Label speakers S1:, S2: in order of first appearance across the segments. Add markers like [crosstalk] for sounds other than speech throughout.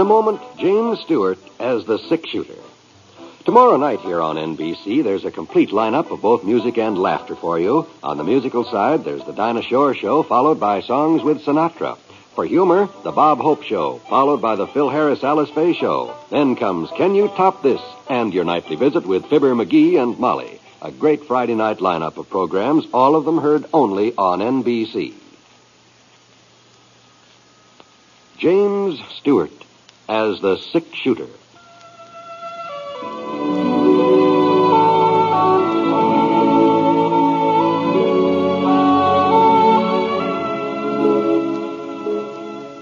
S1: a moment, James Stewart as the six shooter. Tomorrow night here on NBC, there's a complete lineup of both music and laughter for you. On the musical side, there's the Dinah Shore Show, followed by Songs with Sinatra. For humor, the Bob Hope Show, followed by the Phil Harris Alice Faye Show. Then comes Can You Top This? and your nightly visit with Fibber McGee and Molly. A great Friday night lineup of programs, all of them heard only on NBC. James Stewart as the six shooter.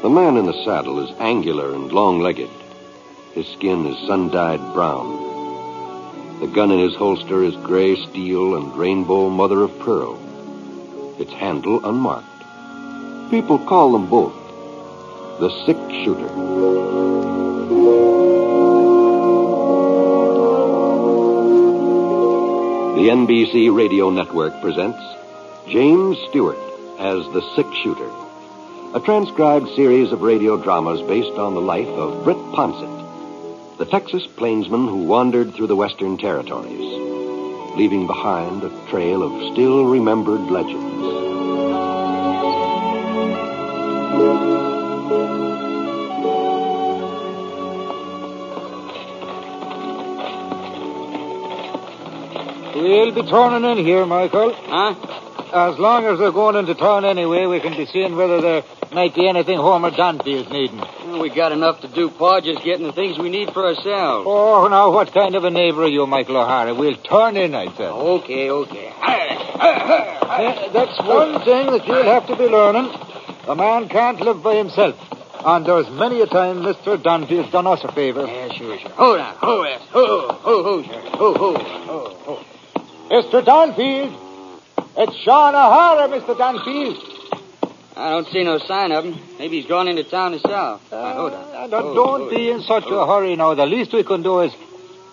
S1: The man in the saddle is angular and long legged. His skin is sun dyed brown. The gun in his holster is gray steel and rainbow mother of pearl, its handle unmarked. People call them both the six shooter. The NBC Radio Network presents James Stewart as the Six Shooter, a transcribed series of radio dramas based on the life of Britt Ponsett, the Texas plainsman who wandered through the Western Territories, leaving behind a trail of still remembered legends.
S2: We'll be turning in here, Michael. Huh? As long as they're going into town anyway, we can be seeing whether there might be anything Homer Dunfield's needing.
S3: Well, we got enough to do, Pa, just getting the things we need for ourselves.
S2: Oh, now, what kind of a neighbor are you, Michael O'Hara? We'll turn in, I said.
S3: Okay, okay.
S2: That's one thing that you'll have to be learning. A man can't live by himself. And there's many a time Mr. Dunfield's done us a favor.
S3: Yeah, sure, sure. Hold on. Hold on. Ho, ho, ho, sure. Ho, ho, ho, ho.
S2: Mr. Dunfield! It's Sean O'Hara, Mr. Dunfield!
S3: I don't see no sign of him. Maybe he's gone into town himself. Uh, hold on.
S2: Uh,
S3: Hold
S2: now, don't
S3: on, hold
S2: be
S3: on.
S2: in such
S3: Hold
S2: a
S3: on.
S2: hurry now. The least we can do is.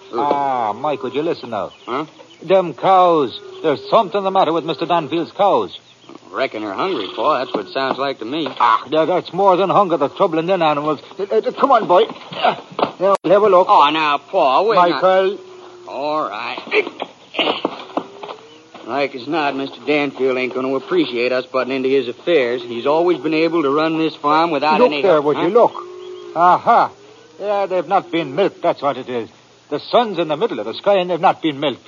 S3: Hold on.
S2: Ah, Mike, would you listen now?
S3: Oh. Huh?
S2: Them cows. There's something the matter with Mr. Danfield's cows.
S3: Reckon they're hungry, Pa. That's what it sounds like to me.
S2: Ah, there- that's more than hunger that's troubling them animals. Uh, uh, Come on, boy. [coughs] Ah, Now, we'll have a look.
S3: Oh, now, Pa, wait. now.
S2: Michael.
S3: All right. Like as not, Mr. Danfield ain't going to appreciate us butting into his affairs. He's always been able to run this farm without
S2: Look
S3: any.
S2: there, would
S3: Huh?
S2: you? Look. Aha. Yeah, they've not been milked. That's what it is. The sun's in the middle of the sky and they've not been milked.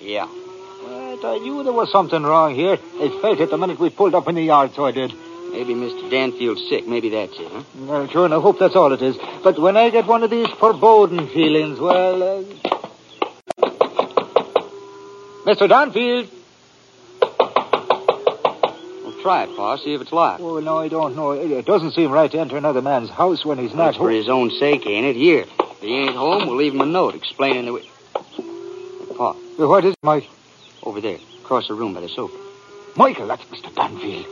S3: Yeah.
S2: But I knew there was something wrong here. I felt it the minute we pulled up in the yard, so I did.
S3: Maybe Mr. Danfield's sick. Maybe that's it, huh?
S2: Well, sure, and I hope that's all it is. But when I get one of these foreboding feelings, well. Uh... Mr. Danfield!
S3: Well, try it, Pa. See if it's locked.
S2: Oh, no, I don't know. It it doesn't seem right to enter another man's house when he's not
S3: That's for
S2: home.
S3: his own sake, ain't it? Here. If he ain't home, we'll leave him a note explaining the way. Pa,
S2: What is it, Mike?
S3: over there, across the room by the sofa.
S2: Michael, that's Mr. Danfield.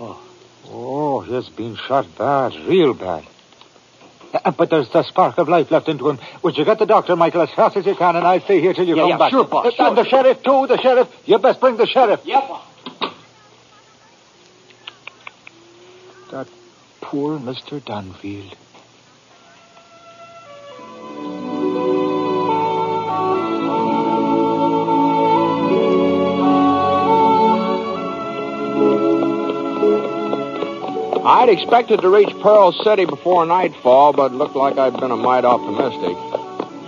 S3: Oh.
S2: Oh, he's been shot bad, real bad. Uh, But there's the spark of life left into him. Would you get the doctor, Michael, as fast as you can, and I'll stay here till you
S3: Yeah,
S2: come
S3: yeah,
S2: back.
S3: sure, boss,
S2: Uh,
S3: sure.
S2: And the sheriff, too, the sheriff. You best bring the sheriff.
S3: Yeah, Pa.
S2: Poor Mr. Dunfield.
S4: I'd expected to reach Pearl City before nightfall, but looked like I'd been a mite optimistic.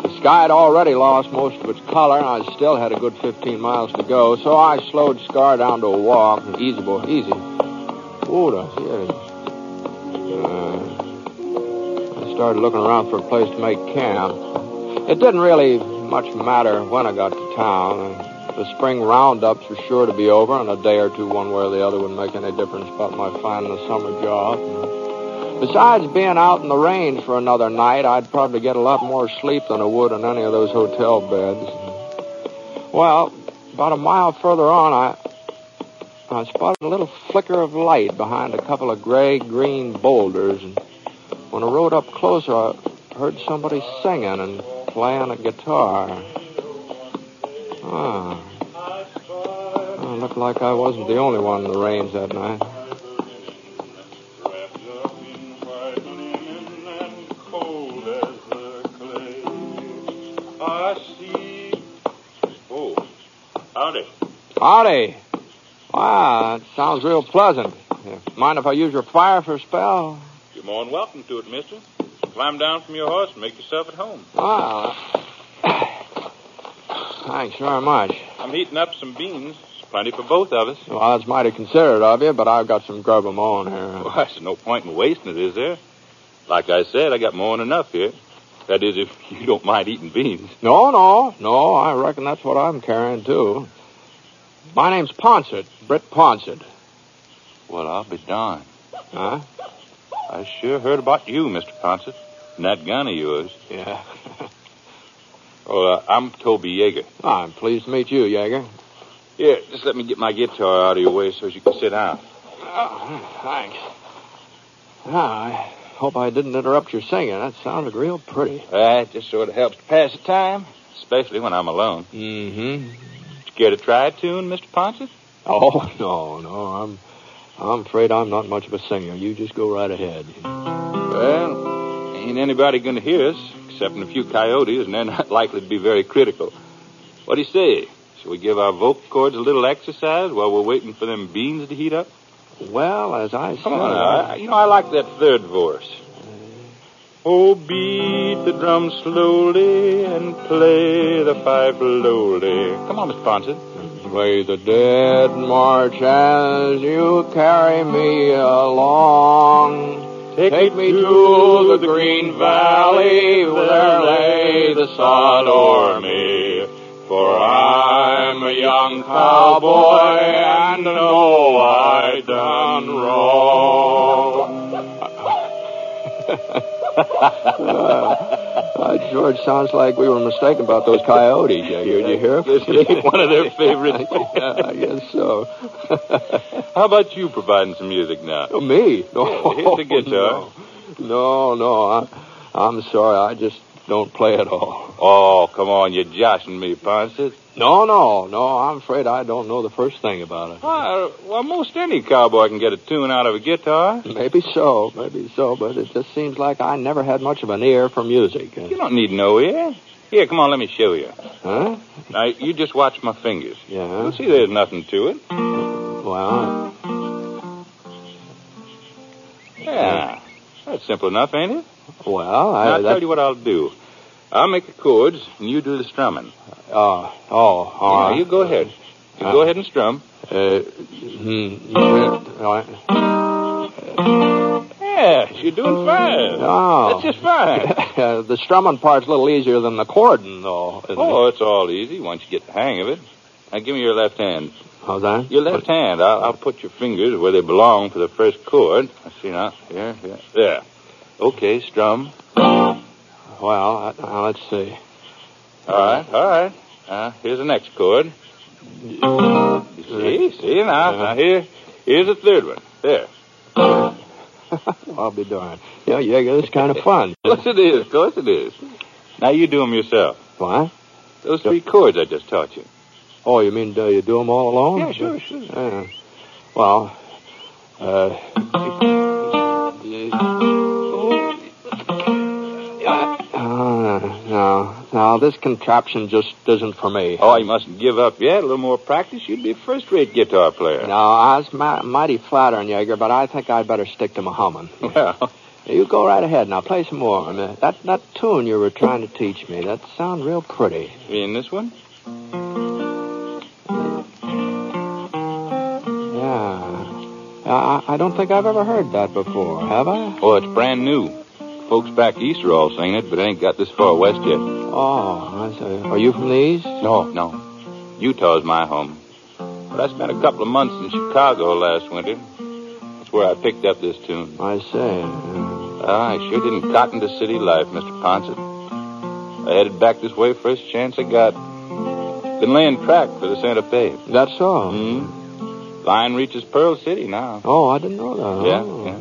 S4: The sky had already lost most of its color, and I still had a good 15 miles to go, so I slowed Scar down to a walk. Easy, boy, easy. Oh, that's it. Uh, I started looking around for a place to make camp. It didn't really much matter when I got to town. The spring roundups were sure to be over, and a day or two, one way or the other, wouldn't make any difference about my finding a summer job. Besides being out in the range for another night, I'd probably get a lot more sleep than I would in any of those hotel beds. Well, about a mile further on, I I spotted a little flicker of light behind a couple of gray-green boulders, and when I rode up closer, I heard somebody singing and playing a guitar. Ah. Well, it looked like I wasn't the only one in the range that night.
S5: Howdy.
S4: Howdy. Wow, that sounds real pleasant. Yeah, Mind if I use your fire for a spell?
S5: You're more than welcome to it, mister. Climb down from your horse and make yourself at home.
S4: Wow. [coughs] Thanks very much.
S5: I'm heating up some beans. It's plenty for both of us.
S4: Well, that's mighty considerate of you, but I've got some grub of my own
S5: Well,
S4: here.
S5: there's no point in wasting it, is there? Like I said, I got more than enough here. That is, if you don't mind eating beans.
S4: No, no, no. I reckon that's what I'm carrying, too. My name's Ponsett, Britt Ponsett.
S5: Well, I'll be darned.
S4: Huh?
S5: I sure heard about you, Mr. Ponsett, and that gun of yours.
S4: Yeah. [laughs]
S5: Well, uh, I'm Toby Yeager.
S4: I'm pleased to meet you, Jaeger.
S5: Here, just let me get my guitar out of your way so you can sit down.
S4: Oh, thanks. Ah, I hope I didn't interrupt your singing. That sounded real pretty.
S5: That just sort of helps to pass the time, especially when I'm alone.
S4: Mm-hmm.
S5: Did you care to try a tune, Mr. Ponsett?
S4: Oh, [laughs] no, no. I'm I'm afraid I'm not much of a singer. You just go right ahead.
S5: Well, ain't anybody going to hear us, except in a few coyotes, and they're not [laughs] likely to be very critical. What do you say? Shall we give our vocal cords a little exercise while we're waiting for them beans to heat up?
S4: Well, as I
S5: Come on, now. I- you know, I like that third verse. Oh, beat the drum slowly and play the fife lowly. Come on, Mr. Ponsett.
S4: Play the dead march as you carry me along. Take, me to the green valley where lay the sod o'er me. For I'm a young cowboy and know I done wrong. [laughs] Uh, George, sounds like we were mistaken about those coyotes. Did you
S5: [laughs]
S4: hear?
S5: One of their favorites.
S4: [laughs] yeah, I guess so.
S5: How about you providing some music now?
S4: Oh, me? No,
S5: Yeah, [laughs] here's the guitar.
S4: No, no, no, I, I'm sorry. I just don't play at all.
S5: Oh, come on, you're joshing me, Ponsett.
S4: No, no, no. I'm afraid I don't know the first thing about it.
S5: Why, well, most any cowboy can get a tune out of a guitar.
S4: Maybe so, maybe so, but it just seems like I never had much of an ear for music.
S5: You don't need no ear. Here, come on, let me show you.
S4: Huh?
S5: Now, you just watch my fingers.
S4: Yeah.
S5: You'll see there's nothing to it.
S4: Well,
S5: Yeah. That's simple enough, ain't it?
S4: well,
S5: Now,
S4: I.
S5: I'll tell you what I'll do. I'll make the chords, and you do the strumming.
S4: Uh, oh, all
S5: Now,
S4: right.
S5: you go ahead. You
S4: Uh.
S5: go ahead and strum.
S4: Uh, hmm, you said- all right.
S5: Yes, you're doing
S4: Oh.
S5: fine.
S4: No. [laughs]
S5: That's just fine.
S4: Uh, Oh. the strumming part's a little easier than the cordon, though. Isn't it?
S5: Oh, it's all easy once you get the hang of it. Now, give me your left hand.
S4: How's that?
S5: Your left hand. I'll, I'll put your fingers where they belong for the first chord. I see now. Here, here. There. Okay, strum.
S4: Well, I, uh, let's see.
S5: All right, all right. Now, here's the next chord. You see, see now. Now, here, here's the third one. There.
S4: I'll be darned. Yeah, yeah, yeah, it's kind of fun.
S5: Of course it is. Of course it is. Now, you do them yourself.
S4: What?
S5: Those three chords I just taught you.
S4: Oh, you mean uh, you do them all alone?
S5: Yeah, sure, sure.
S4: Yeah. well, uh, uh, no, no, this contraption just isn't for me.
S5: Oh, you mustn't give up yet. A little more practice, you'd be a first-rate guitar player.
S4: No, it's mi- mighty flattering, Jaeger, but I think I'd better stick to my humming.
S5: Well, [laughs]
S4: You go right ahead. Now play some more. And, uh, That that tune you were trying to teach me. That sounds real pretty.
S5: you in this one?
S4: Yeah. Uh, I I don't think I've ever heard that before, have I?
S5: Oh, it's brand new. Folks back east are all singing it, but it ain't got this far west yet.
S4: Oh, I see. Are you from the East?
S5: No, no. Utah's my home. But I spent a couple of months in Chicago last winter. That's where I picked up this tune.
S4: I see. Uh,
S5: Ah, I sure didn't cotton to city life, Mr. Ponsett. I headed back this way first chance I got. Been laying track for the Santa Fe.
S4: That's all.
S5: Mm. Line reaches Pearl City now.
S4: Oh, I didn't know that.
S5: Yeah,
S4: Oh.
S5: yeah.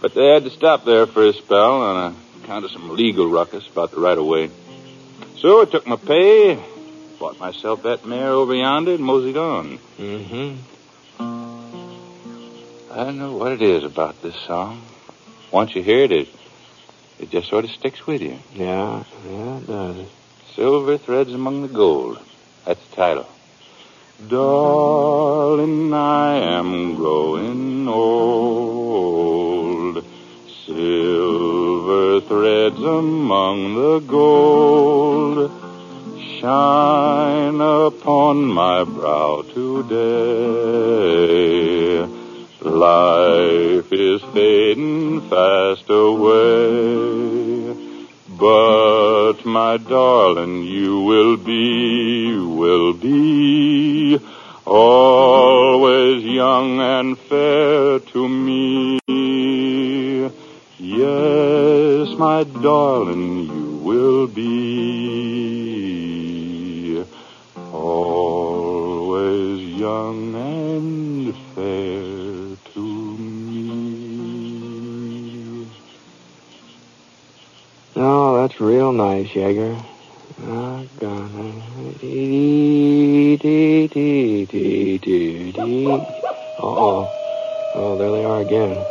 S5: But they had to stop there for a spell on account of some legal ruckus about the right of way. So I took my pay, bought myself that mare over yonder, and moseyed on.
S4: Mm-hmm.
S5: I don't know what it is about this song. Once you hear it, it, it just sort of sticks with you.
S4: Yeah, yeah, it does.
S5: Silver Threads Among the Gold. That's the title. Darling, I am growing old. Silver threads among the gold shine upon my brow today. Life is fading fast away. But my darling, you will be, will be always young and fair to me. Yes, my darling, you will be always young and fair to me.
S4: No, that's real nice, Jaeger. Oh, God. Dee, dee, dee, dee, dee, dee. Uh-oh. Oh, there they are again.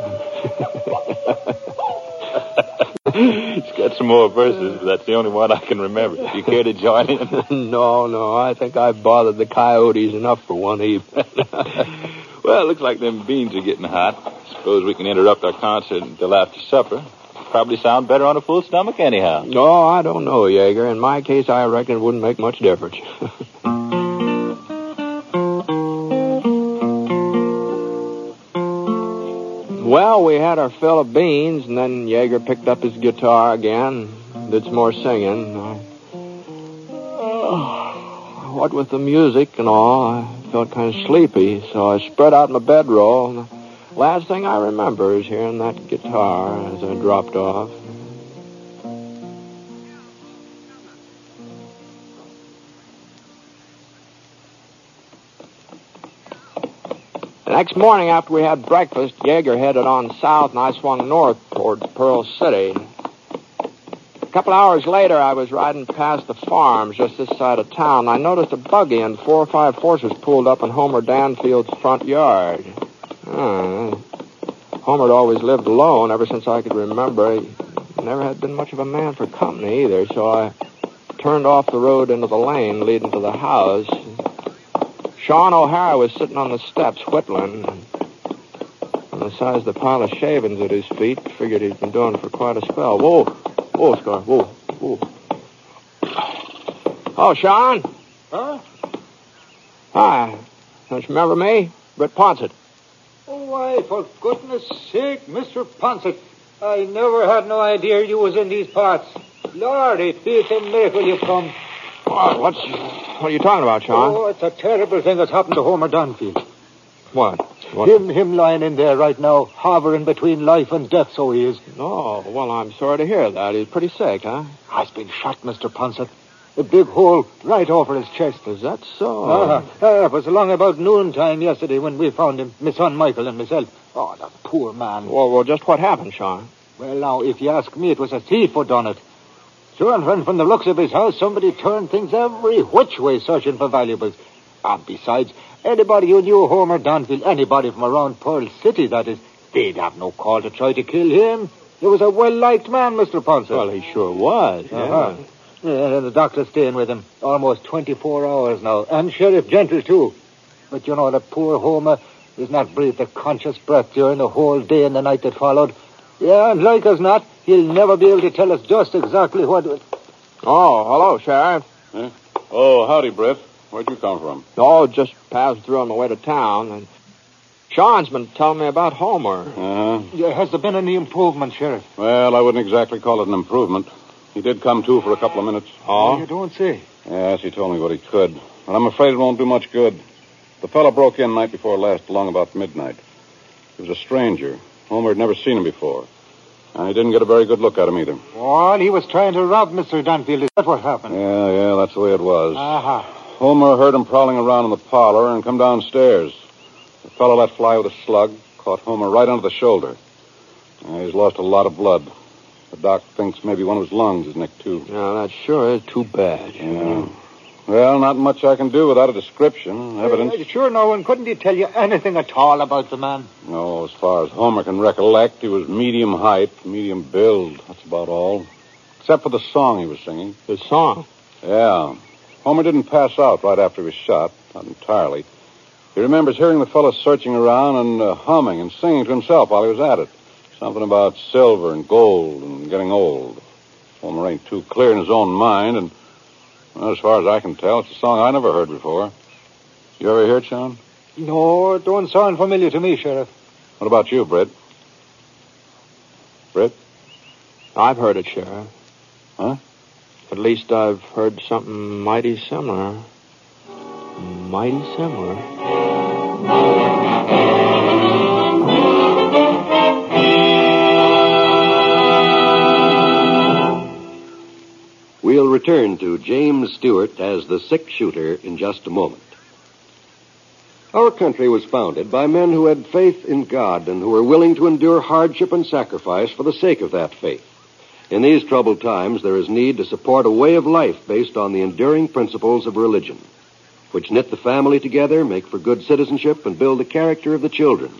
S5: He's got some more verses, but that's the only one I can remember. Do you care to join in?
S4: [laughs]
S5: [laughs]
S4: no, no, I think I bothered the coyotes enough for one evening.
S5: well, it looks like them beans are getting hot. Suppose we can interrupt our concert until after supper. Probably sound better on a full stomach, anyhow.
S4: no, I don't know, Jaeger. In my case, I reckon it wouldn't make much difference. [laughs] Well, we had our fill of beans, and then Jaeger picked up his guitar again. Did some more singing. I- Oh, what with the music and all, I felt kind of sleepy, so I spread out my bedroll. And the last thing I remember is hearing that guitar as I dropped off. The next morning after we had breakfast, Jaeger headed on south and I swung north toward Pearl City. A couple hours later, I was riding past the farms just this side of town. I noticed a buggy and four or five horses pulled up in Homer Danfield's front yard. Hmm. Homer had always lived alone ever since I could remember. He never had been much of a man for company either, so I turned off the road into the lane leading to the house. Sean O'Hara was sitting on the steps whittling. On the size of the pile of shavings at his feet, figured he'd been doing it for quite a spell. Whoa, whoa, Scar, whoa, whoa. Oh, Sean.
S2: Huh?
S4: Hi. Don't you remember me? Britt Ponsett.
S2: Oh, why, for goodness sake, Mr. Ponsett, I never had no idea you was in these parts. Lordy, it's a miracle you've come.
S4: What? What's, what are you talking about, Sean?
S2: Oh, it's a terrible thing that's happened to Homer Dunfield.
S4: What? What?
S2: Him, him lying in there right now, hovering between life and death, so he is.
S4: Oh, well, I'm sorry to hear that. He's pretty sick, huh?
S2: Has been shot, Mr. Ponsett. A big hole right over his chest.
S4: Is that so?
S2: Ah, ah, it was along about noontime yesterday when we found him, my son Michael and myself. Oh, the poor man.
S4: Well, well, just what happened, Sean?
S2: Well, now, if you ask me, it was a thief who done it. Sure, and when from the looks of his house, somebody turned things every which way searching for valuables. And besides, anybody who knew Homer Danville, anybody from around Pearl City, that is, they'd have no call to try to kill him. He was a well-liked man, Mr. Ponson.
S4: Well, he sure was.
S2: Uh-huh. Yeah, and the doctor's staying with him almost 24 hours now, and Sheriff Gentle, too. But you know, the poor Homer does not breathe a conscious breath during the whole day and the night that followed. Yeah, and like as not, he'll never be able to tell us just exactly what.
S4: Oh, hello, Sheriff.
S5: Oh, howdy, Brett. Where'd you come from?
S4: Oh, just passed through on my way to town, and Sean's been telling me about
S5: [laughs]
S4: Homer.
S5: Uh-huh.
S2: Yeah, has there been any improvement, Sheriff?
S5: Well, I wouldn't exactly call it an improvement. He did come to for a couple of minutes. Ah?
S2: You don't say.
S5: Yes, he told me what he could. But I'm afraid it won't do much good. The fellow broke in night before last along about midnight. He was a stranger. Homer had never seen him before. And he didn't get a very good look at him either.
S2: Oh, and he was trying to rob Mr. Dunfield. Is that what happened?
S5: Yeah, yeah, that's the way it was.
S2: Aha.
S5: Homer heard him prowling around in the parlor and come downstairs. The fellow let fly with a slug, caught Homer right under the shoulder. Uh, he's lost a lot of blood. The doc thinks maybe one of his lungs is nicked, too.
S4: Yeah, that sure is too bad.
S5: Yeah. Well, not much I can do without a description, evidence.
S2: Uh, sure, no one. Couldn't he tell you anything at all about the man?
S5: No, as far as Homer can recollect, he was medium height, medium build. That's about all. Except for the song he was singing.
S4: The song.
S5: Yeah.
S6: Homer didn't pass out right after he was shot, not entirely. He remembers hearing the fellow searching around and uh, humming and singing to himself while he was at it. Something about silver and gold and getting old. Homer ain't too clear in his own mind, and well, as far as I can tell, it's a song I never heard before. You ever hear it, Sean?
S2: No, it don't sound familiar to me, Sheriff.
S6: What about you, Britt?
S4: I've heard it, Sheriff.
S6: Huh?
S4: At least I've heard something mighty similar. Mighty similar.
S1: We'll return to James Stewart as the six shooter in just a moment. Our country was founded by men who had faith in God and who were willing to endure hardship and sacrifice for the sake of that faith. In these troubled times, there is need to support a way of life based on the enduring principles of religion, which knit the family together, make for good citizenship, and build the character of the children.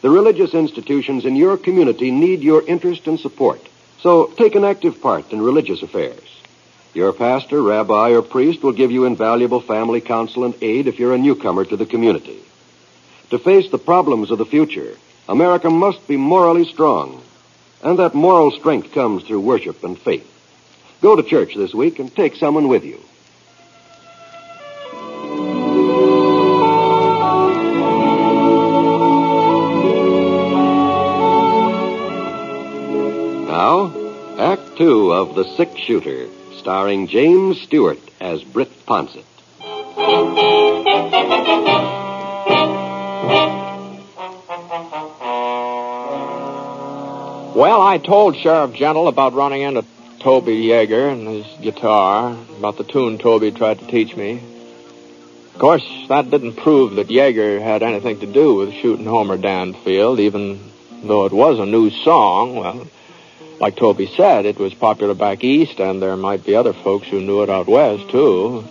S1: The religious institutions in your community need your interest and support. So take an active part in religious affairs. Your pastor, rabbi, or priest will give you invaluable family counsel and aid if you're a newcomer to the community. To face the problems of the future, America must be morally strong. And that moral strength comes through worship and faith. Go to church this week and take someone with you. Now, Act Two of The Six Shooter, starring James Stewart as Britt Ponsett.
S4: Well, I told Sheriff Gentle about running into Toby Yeager and his guitar, about the tune Toby tried to teach me. Of course, that didn't prove that Yeager had anything to do with shooting Homer Danfield, even though it was a new song. Well, like Toby said, it was popular back east, and there might be other folks who knew it out west, too.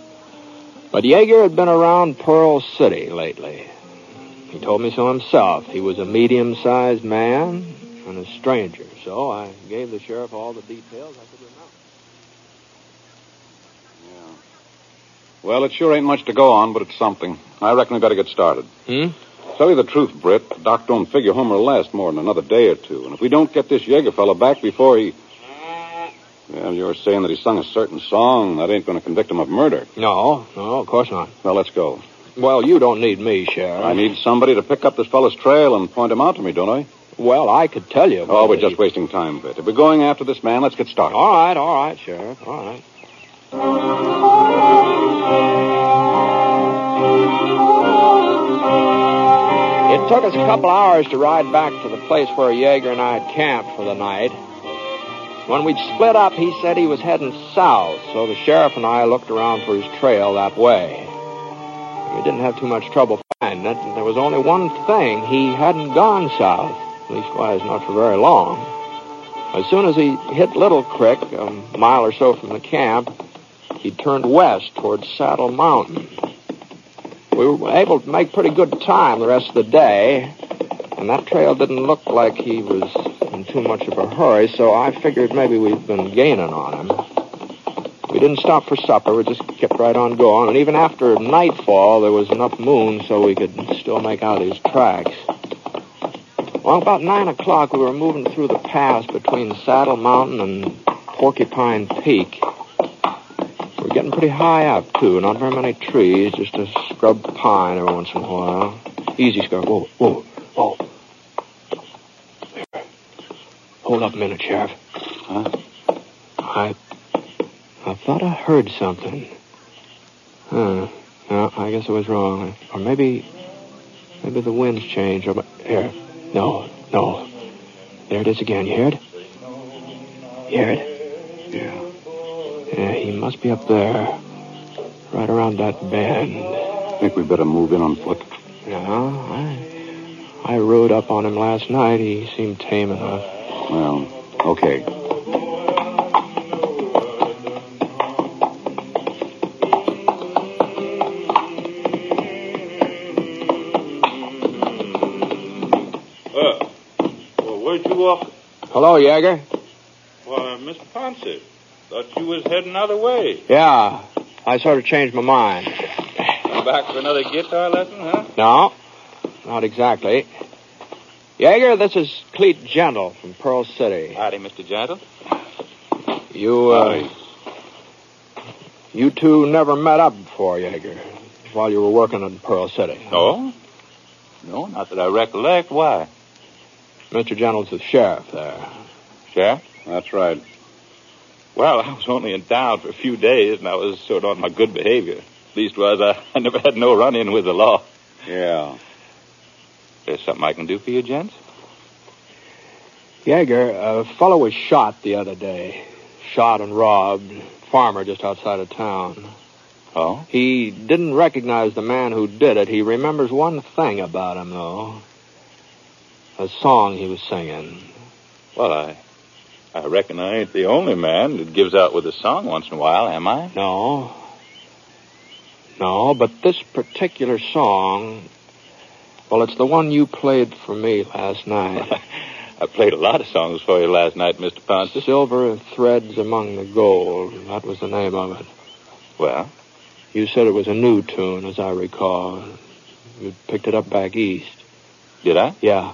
S4: But Yeager had been around Pearl City lately. He told me so himself. He was a medium sized man and a stranger, so I gave the sheriff all the details I could remember.
S6: Well, it sure ain't much to go on, but it's something. I reckon we better get started.
S4: Hmm?
S6: Tell you the truth, Britt, the doc don't figure Homer will last more than another day or two. And if we don't get this Jaeger fellow back before he... Well, you're saying that he sung a certain song. That ain't going to convict him of murder.
S4: No, no, of course not.
S6: Well, let's go.
S4: Well, you don't need me, Sheriff.
S5: Hmm?
S6: I need somebody to pick up this fellow's trail and point him out to me, don't I?
S4: Well, I could tell you.
S6: Oh,
S4: but-
S6: we're just wasting time, Britt. If we're going after this man, let's get started.
S4: All right, all right, Sheriff. All right. It took us a couple hours to ride back to the place where Jaeger and I had camped for the night. When we'd split up, he said he was heading south, so the sheriff and I looked around for his trail that way. We didn't have too much trouble finding it, and there was only one thing. He hadn't gone south, leastwise not for very long. As soon as he hit Little Creek, a mile or so from the camp, he turned west towards Saddle Mountain. We were able to make pretty good time the rest of the day, and that trail didn't look like he was in too much of a hurry, so I figured maybe we'd been gaining on him. We didn't stop for supper, we just kept right on going, and even after nightfall, there was enough moon so we could still make out his tracks. Well, about nine o'clock, we were moving through the pass between Saddle Mountain and Porcupine Peak. We're getting pretty high up, too. Not very many trees, just a scrub pine every once in a while. Easy, Scrub. Whoa, whoa, whoa. Here. Hold up a minute, Sheriff.
S6: Huh?
S4: I. I thought I heard something. Huh. No, I guess I was wrong. Or maybe. Maybe the wind's changed. Or, here. No, no. There it is again. You hear it? You hear it? Yeah. Yeah, he must be up there. Right around that bend.
S6: I think we better move in on foot.
S4: No, I, I rode up on him last night. He seemed tame enough.
S6: Well, okay.
S5: Uh, well, where'd you walk? uh,
S4: Hello, Jagger.
S5: Why, Miss Ponce. Thought you was heading other way.
S4: Yeah, I sort of changed my mind.
S5: Come back for another guitar lesson, huh?
S4: No, not exactly. Jaeger, this is Cleet Gentle from Pearl City.
S5: Howdy, Mr. Gentle.
S4: You, uh, you two never met up before, Jaeger, while you were working in Pearl City.
S5: No? No, not that I recollect. Why?
S4: Mr. Gentle's the sheriff there.
S5: Sheriff?
S6: That's right.
S5: Well, I was only in town for a few days, and I was sort of on my good behavior. Leastwise, I, [laughs] I never had no run-in with the law.
S6: Yeah.
S5: There's something I can do for you, gents?
S4: Jaeger, a fellow was shot the other day. Shot and robbed. Farmer just outside of town.
S5: Oh?
S4: He didn't recognize the man who did it. He remembers one thing about him, though. A song he was singing.
S5: Well, I... I reckon I ain't the only man that gives out with a song once in a while, am I?
S4: No. No, but this particular song. Well, it's the one you played for me last
S5: [laughs]
S4: night.
S5: I played a lot of songs for you last night, Mr. Pontus.
S4: Silver Threads Among the Gold. That was the name of it.
S5: Well,
S4: You said it was a new tune, as I recall. You picked it up back east.
S5: did I?
S4: Yeah.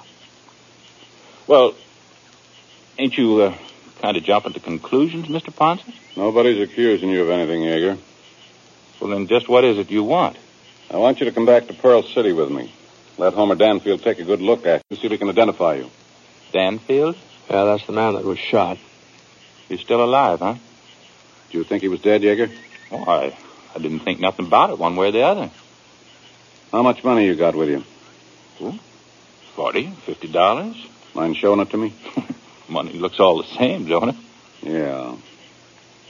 S5: Well, ain't you uh, kind of jumping to conclusions, Mr. Ponson?
S6: Nobody's accusing you of anything, Jaeger.
S5: Well, then just what is it you want?
S6: I want you to come back to Pearl City with me. Let Homer Danfield take a good look at you, see if he can identify you.
S5: Danfield?
S4: Yeah, that's the man that was shot.
S5: You're still alive, huh?
S6: Do you think he was dead, Jaeger?
S5: Oh, I, I didn't think nothing about it one way or the other.
S6: How much money you got with you?
S5: Forty, fifty dollars?
S6: Mind showing it to me?
S5: Money looks all the same, don't it?
S6: Yeah.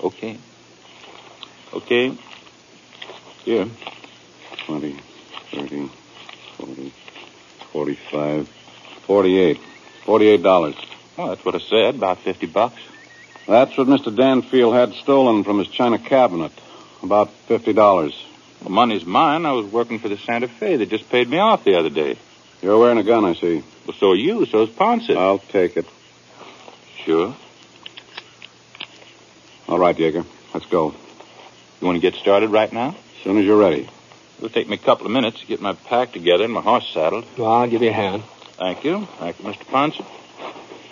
S5: Okay. Okay. Here.
S6: Twenty, thirty, forty, forty-five, forty-eight. Forty-eight dollars.
S5: Well, that's what I said, about fifty bucks.
S6: That's what Mr. Danfield had stolen from his china cabinet. About fifty dollars.
S5: The money's mine. I was working for the Santa Fe. They just paid me off the other day.
S6: You're wearing a gun, I see.
S5: Well, so are you. So's Ponson.
S6: I'll take it.
S5: sure.
S6: All right, Jaeger. Let's go.
S5: You want to get started right now?
S6: As soon as you're ready.
S5: It'll take me a couple of minutes to get my pack together and my horse saddled.
S4: Well, I'll give you a hand.
S5: Thank you. Thank you, Mr. Ponson.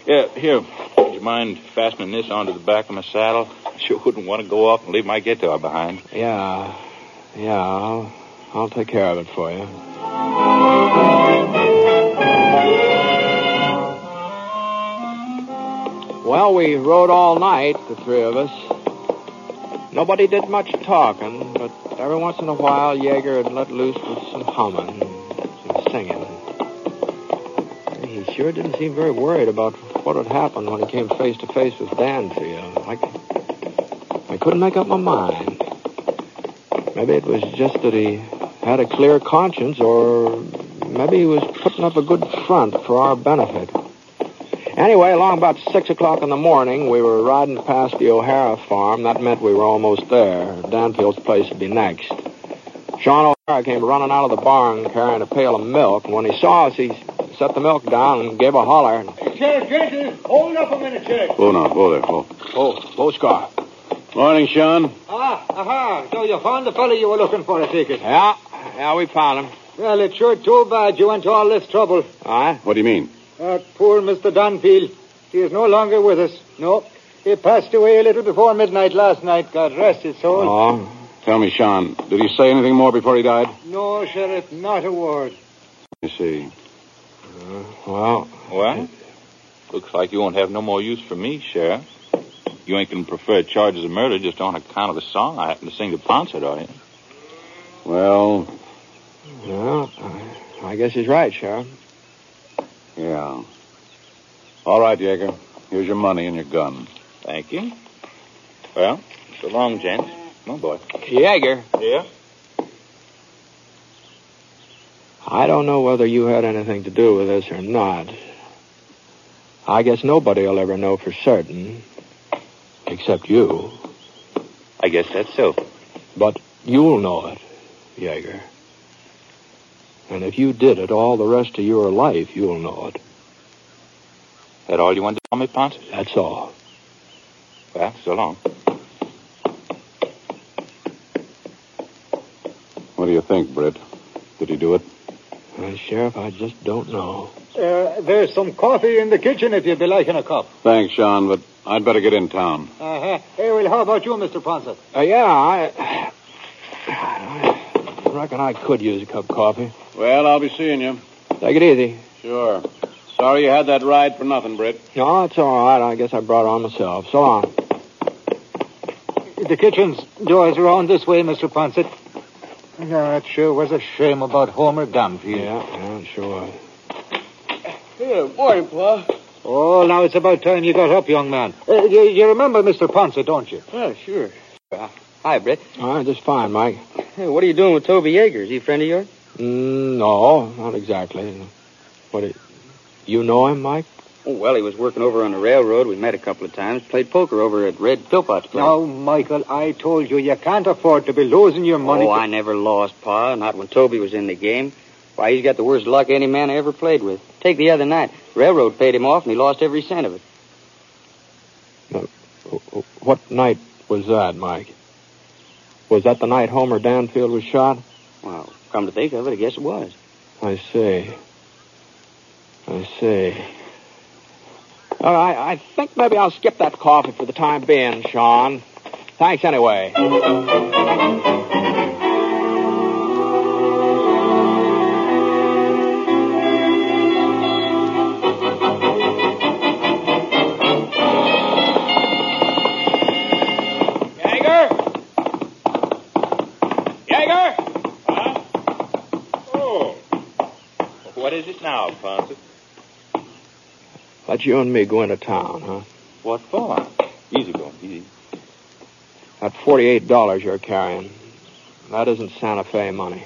S5: Yeah, here. Would you mind fastening this onto the back of my saddle? [laughs] I sure wouldn't want to go off and leave my guitar behind.
S4: Yeah. Yeah, I'll, I'll take care of it for you. Well, we rode all night, the three of us. Nobody did much talking, but every once in a while, Jaeger would let loose with some humming, some singing. He sure didn't seem very worried about what had happened when he came face to face with Danfield. I, I couldn't make up my mind. Maybe it was just that he had a clear conscience, or maybe he was putting up a good front for our benefit. Anyway, along about six o'clock in the morning, we were riding past the O'Hara farm. That meant we were almost there. Danfield's place would be next. Sean O'Hara came running out of the barn carrying a pail of milk, and when he saw us, he set the milk down and gave a holler.
S2: Sheriff Jenkins, hold up a minute, Sheriff.
S6: Whoa now, whoa there, whoa.
S4: Oh, Boscar.
S6: Morning, Sean.
S2: Ah, aha. So you found the fellow you were looking for, I take it.
S4: Yeah, yeah, we found him.
S2: Well, it's sure too bad you went to all this trouble.
S4: All right.
S6: What do you mean?
S2: That poor Mr. Dunfield. He is no longer with us. No. He passed away a little before midnight last night. God rest his soul.
S4: Oh,
S6: Tell me, Sean, did he say anything more before he died?
S2: No, Sheriff, not a word.
S6: You see.
S4: Oh, well,
S5: Well, looks like you won't have no more use for me, Sheriff. You ain't going to prefer charges of murder just on account of a song I happen to sing to Ponson, are you?
S6: Well,
S4: yeah, I- I guess he's right, Sheriff.
S6: yeah. All right, Jaeger. Here's your money and your gun.
S5: Thank you. Well, so long, gents. Oh, boy.
S4: Jaeger.
S5: Yeah?
S4: I don't know whether you had anything to do with this or not. I guess nobody will ever know for certain. Except you.
S5: I guess that's so.
S4: But you'll know it, Jaeger. And if you did it all the rest of your life, you'll know it.
S5: That all you wanted to tell me, Ponson?
S4: That's all.
S5: Well, so long.
S6: think, Britt? Did he do it?
S4: Well, Uh, Sheriff, I just don't know.
S2: Uh, there's some coffee in the kitchen if you'd be liking a cup.
S6: Thanks, Sean, but I'd better get in town.
S2: Uh-huh. Hey, well, how about you, Mr. Ponson?
S4: Uh, yeah, I. [sighs] I reckon I could use a cup of coffee.
S6: Well, I'll be seeing you.
S4: Take it easy.
S6: Sure. Sorry you had that ride for nothing, Britt.
S4: No, it's all right. I guess I brought it on myself. So long.
S2: The kitchen's doors are on this way, Mr. Ponson. No, that sure was a shame about Homer Dunfield.
S4: Yeah, yeah, sure.
S3: Here, morning, Pa.
S2: Oh, now it's about time you got up, young man. Uh, you, you remember Mr. Ponce, don't you?
S3: Oh, sure. Uh, hi, Britt.
S4: All right, just fine, Mike.
S3: Hey, what are you doing with Toby Yeager? Is he a friend of yours?
S4: Mm, no, not exactly. What? do- You know him, Mike?
S3: Oh, well, he was working over on the railroad. We met a couple of times. Played poker over at Red Philpott's place.
S2: Now, Michael, I told you you can't afford to be losing your money.
S3: oh, I never lost, Pa. Not when Toby was in the game. Why, he's got the worst luck any man I ever played with. Take the other night. Railroad paid him off, and he lost every cent of it.
S4: What night was that, Mike? Was that the night Homer Danfield was shot?
S3: Well, come to think of it, I guess it was.
S4: I see. I see. All right, I think maybe I'll skip that coffee for the time being, Sean. Thanks anyway. Jaeger! Jaeger!
S5: Huh? Oh. What is it now, Ponson?
S4: Let you and me go into town, huh?
S5: What for? Easy going, easy.
S4: That forty-eight dollars you're carrying. That isn't Santa Fe money.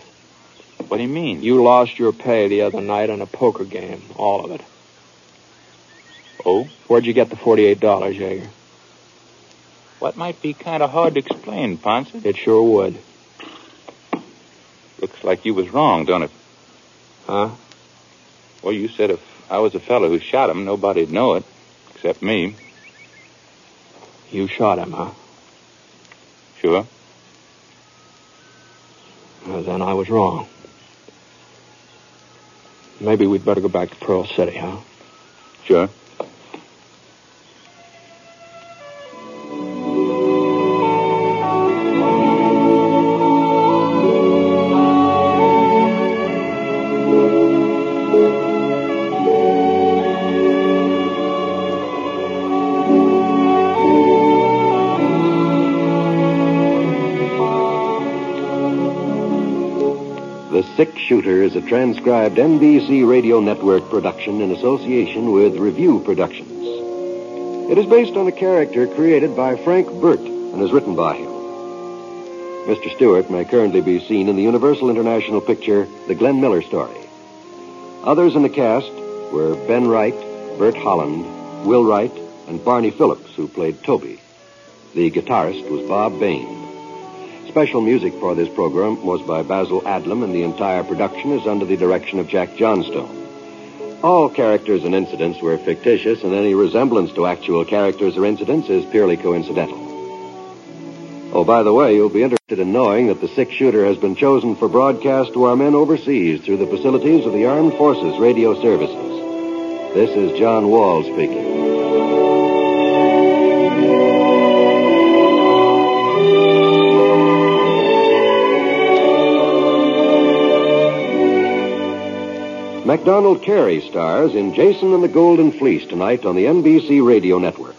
S5: What do you mean?
S4: You lost your pay the other night in a poker game, all of it.
S5: Oh?
S4: Where'd you get the forty-eight dollars, Jaeger?
S5: What might be kind of hard to explain, Ponson?
S4: It sure would,
S5: Looks like you was wrong, don't it?
S4: huh?
S5: Well, you said if I was the fellow who shot him, nobody'd know it, except me.
S4: You shot him, huh?
S5: Sure.
S4: Well, then I was wrong. Maybe we'd better go back to Pearl City, huh?
S5: Sure.
S1: The Six Shooter is a transcribed NBC Radio Network production in association with Review Productions. It is based on a character created by Frank Burt and is written by him. Mr. Stewart may currently be seen in the Universal International picture The Glenn Miller Story. Others in the cast were Ben Wright, Bert Holland, Will Wright, and Barney Phillips, who played Toby. The guitarist was Bob Bain. Special music for this program was by Basil Adlam, and the entire production is under the direction of Jack Johnstone. All characters and incidents were fictitious, and any resemblance to actual characters or incidents is purely coincidental. Oh, by the way, you'll be interested in knowing that the six shooter has been chosen for broadcast to our men overseas through the facilities of the Armed Forces Radio Services. This is John Wall speaking. MacDonald Carey stars in Jason and the Golden Fleece tonight on the NBC Radio Network.